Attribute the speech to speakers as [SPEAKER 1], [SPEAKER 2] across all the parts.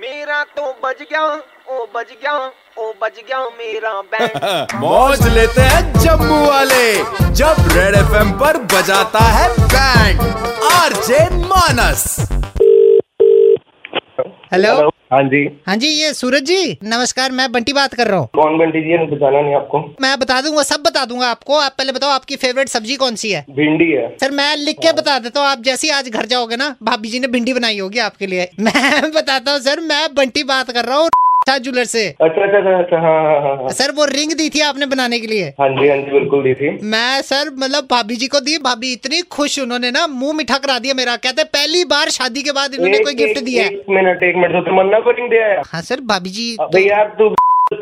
[SPEAKER 1] मेरा तो बज गया ओ बज गया ओ बज गया मेरा बैंड
[SPEAKER 2] मौज लेते हैं जम्मू वाले जब रेड एफ पर बजाता है band RJ Manas
[SPEAKER 3] hello
[SPEAKER 4] hello हाँ जी
[SPEAKER 3] हाँ जी ये सूरज जी नमस्कार मैं बंटी बात कर रहा हूँ
[SPEAKER 4] कौन बंटी जी है बताना नहीं आपको
[SPEAKER 3] मैं बता दूंगा सब बता दूंगा आपको आप पहले बताओ आपकी फेवरेट सब्जी कौन सी है
[SPEAKER 4] भिंडी है
[SPEAKER 3] सर मैं लिख के बता देता हूँ आप जैसे ही आज घर जाओगे ना भाभी जी ने भिंडी बनाई होगी आपके लिए मैं बताता हूँ सर मैं बंटी बात कर रहा हूँ शाह ज्वेलर से
[SPEAKER 4] अच्छा अच्छा अच्छा अच्छा हाँ हाँ हाँ हाँ
[SPEAKER 3] सर वो रिंग दी थी आपने बनाने के लिए
[SPEAKER 4] हाँ जी हाँ जी बिल्कुल दी थी
[SPEAKER 3] मैं सर मतलब भाभी जी को दी भाभी इतनी खुश उन्होंने ना मुंह मीठा करा दिया मेरा कहते पहली बार शादी के बाद इन्होंने
[SPEAKER 4] एक-
[SPEAKER 3] कोई गिफ्ट
[SPEAKER 4] एक-
[SPEAKER 3] दिया है
[SPEAKER 4] एक मिनट एक मिनट तो तमन्ना को रिंग दिया है
[SPEAKER 3] हाँ सर भाभी जी
[SPEAKER 4] अबे यार तू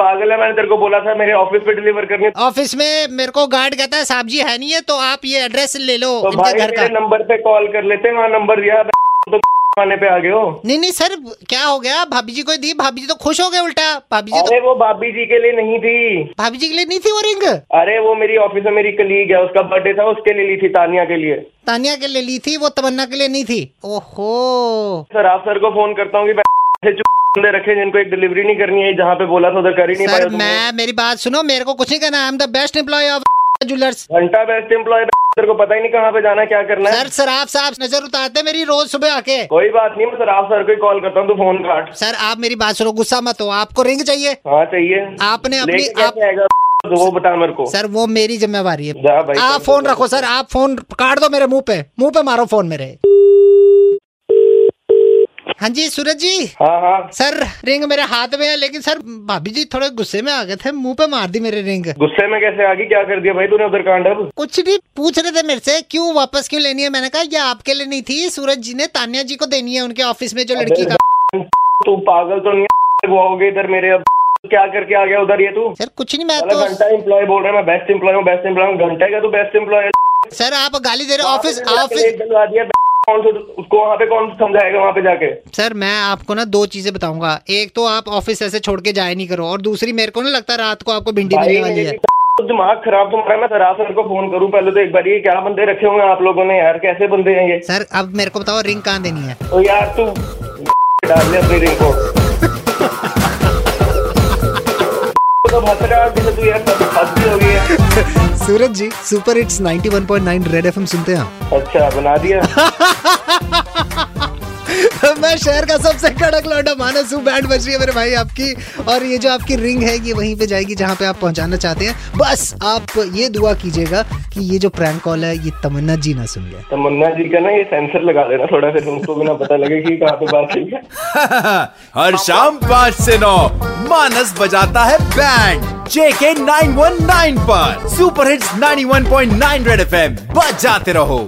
[SPEAKER 4] पागल है मैंने तेरे को बोला था मेरे ऑफिस पे डिलीवर करनी है। तो
[SPEAKER 3] ऑफिस में मेरे को गार्ड कहता है साहब जी है नहीं है तो आप ये एड्रेस ले लो
[SPEAKER 4] तो
[SPEAKER 3] इनके
[SPEAKER 4] भाई
[SPEAKER 3] घर का
[SPEAKER 4] मेरे नंबर पे कॉल कर लेते वहाँ नंबर दिया अबे तो आने पे आ गए हो
[SPEAKER 3] नहीं नहीं सर क्या हो गया भाभी जी को दी भाभी जी तो खुश हो गए उल्टा भाभी जी
[SPEAKER 4] अरे
[SPEAKER 3] तो
[SPEAKER 4] वो भाभी जी के लिए नहीं थी
[SPEAKER 3] भाभी जी के लिए नहीं थी वो रिंग
[SPEAKER 4] अरे वो मेरी ऑफिस में मेरी कलीग है उसका बर्थडे था उसके लिए ली थी तानिया के लिए
[SPEAKER 3] तानिया के लिए ली थी वो तमन्ना के लिए नहीं थी ओहो
[SPEAKER 4] सर आप सर को फोन करता हूँ कि ऐसे चुप बंदे रखे जिनको एक डिलीवरी नहीं करनी है जहाँ पे बोला था उधर कर ही नहीं पाया
[SPEAKER 3] सर
[SPEAKER 4] तुमने।
[SPEAKER 3] मैं मेरी बात सुनो मेरे को कुछ नहीं कहना I am the best employ of jewellers
[SPEAKER 4] घंटा बेस्ट एम्प्लॉय तेरे को पता ही नहीं कहाँ पे जाना है, क्या करना है
[SPEAKER 3] सर सर आप साहब नजर उतारते मेरी रोज सुबह आके
[SPEAKER 4] कोई बात नहीं मैं सर आप सर को ही कॉल करता हूँ तू फोन काट
[SPEAKER 3] सर आप मेरी बात सुनो गुस्सा मत हो आपको रिंग चाहिए
[SPEAKER 4] हाँ चाहिए
[SPEAKER 3] आपने अपनी-
[SPEAKER 4] लेके कैसे
[SPEAKER 3] आप-
[SPEAKER 4] आएगा तो वो बता मेरे को
[SPEAKER 3] सर वो मेरी जिम्मेवारी है
[SPEAKER 4] जा भाई
[SPEAKER 3] आप फोन रखो सर आप फोन काट दो मेरे मुंह पे मुंह पे मारो फोन मेरे हाँ जी सूरज जी
[SPEAKER 4] हाँ हाँ
[SPEAKER 3] सर रिंग मेरे हाथ में है लेकिन सर भाभी जी थोड़े गुस्से में आ गए थे मुंह पे मार दी मेरे रिंग
[SPEAKER 4] गुस्से में कैसे आ गई क्या कर दिया भाई तूने उधर कांड अब
[SPEAKER 3] कुछ भी पूछ रहे थे मेरे से क्यों वापस क्यों लेनी है मैंने कहा ये आपके लिए नहीं थी सूरज जी ने तानिया जी को देनी है उनके ऑफिस में जो लड़की का
[SPEAKER 4] तू पागल तो नहीं है? वो हो गई इधर मेरे अब क्या करके आ गया उधर ये तू
[SPEAKER 3] सर कुछ नहीं मैं
[SPEAKER 4] साला घंटा
[SPEAKER 3] तो
[SPEAKER 4] एम्प्लॉय बोल रहा है मैं बेस्ट एम्प्लॉय हूँ बेस्ट एम्प्लॉय हूँ घंटे का तू बेस्ट एम्प्लॉय है
[SPEAKER 3] सर आप गाली दे रहे हो ऑफिस
[SPEAKER 4] वहाँ पे जाके
[SPEAKER 3] ऑफिस
[SPEAKER 4] लेट डलवा दिया कौन सा उसको वहाँ पे कौन समझाएगा वहाँ पे जाके
[SPEAKER 3] सर मैं आपको ना दो चीजें बताऊंगा एक तो आप ऑफिस ऐसे छोड़ के जाया नहीं करो और दूसरी मेरे को ना लगता है रात को आपको भिंडी
[SPEAKER 4] भाई
[SPEAKER 3] मिलने वाली है
[SPEAKER 4] मेरी तो दिमाग खराब तुम्हारा मैं सर आप सर को फोन करूं पहले तो एक बार ये क्या बंदे रखे होंगे आप लोगों ने यार कैसे बंदे हैं ये
[SPEAKER 3] सर अब मेरे को बताओ रिंग कहाँ देनी है
[SPEAKER 4] ओ यार तू डाल ले अपनी रिंग को तो हंस रहा है, जैसे तू यार सब फंसी हो गई है
[SPEAKER 3] Suraj ji super hits 91.9 red FM सुनते हैं आप
[SPEAKER 4] अच्छा बना दिया
[SPEAKER 3] मैं शहर का सबसे कड़क लौटा मानस हूँ बैंड बज रही है मेरे भाई आपकी और ये जो आपकी रिंग है ये वहीं पे जाएगी जहाँ पे आप पहुँचाना चाहते हैं बस आप ये दुआ कीजिएगा कि ये जो प्रैंक कॉल है ये तमन्ना जी ना सुन ले
[SPEAKER 4] तमन्ना जी का ना ये सेंसर लगा देना थोड़ा फिर उनको भी ना पता लगे कि कहाँ पे बात हुई है
[SPEAKER 2] हर शाम पाँच से नौ मानस बजाता है बैंड जेके 919 पर सुपर हिट्स 91.9 रेड एफ बजाते रहो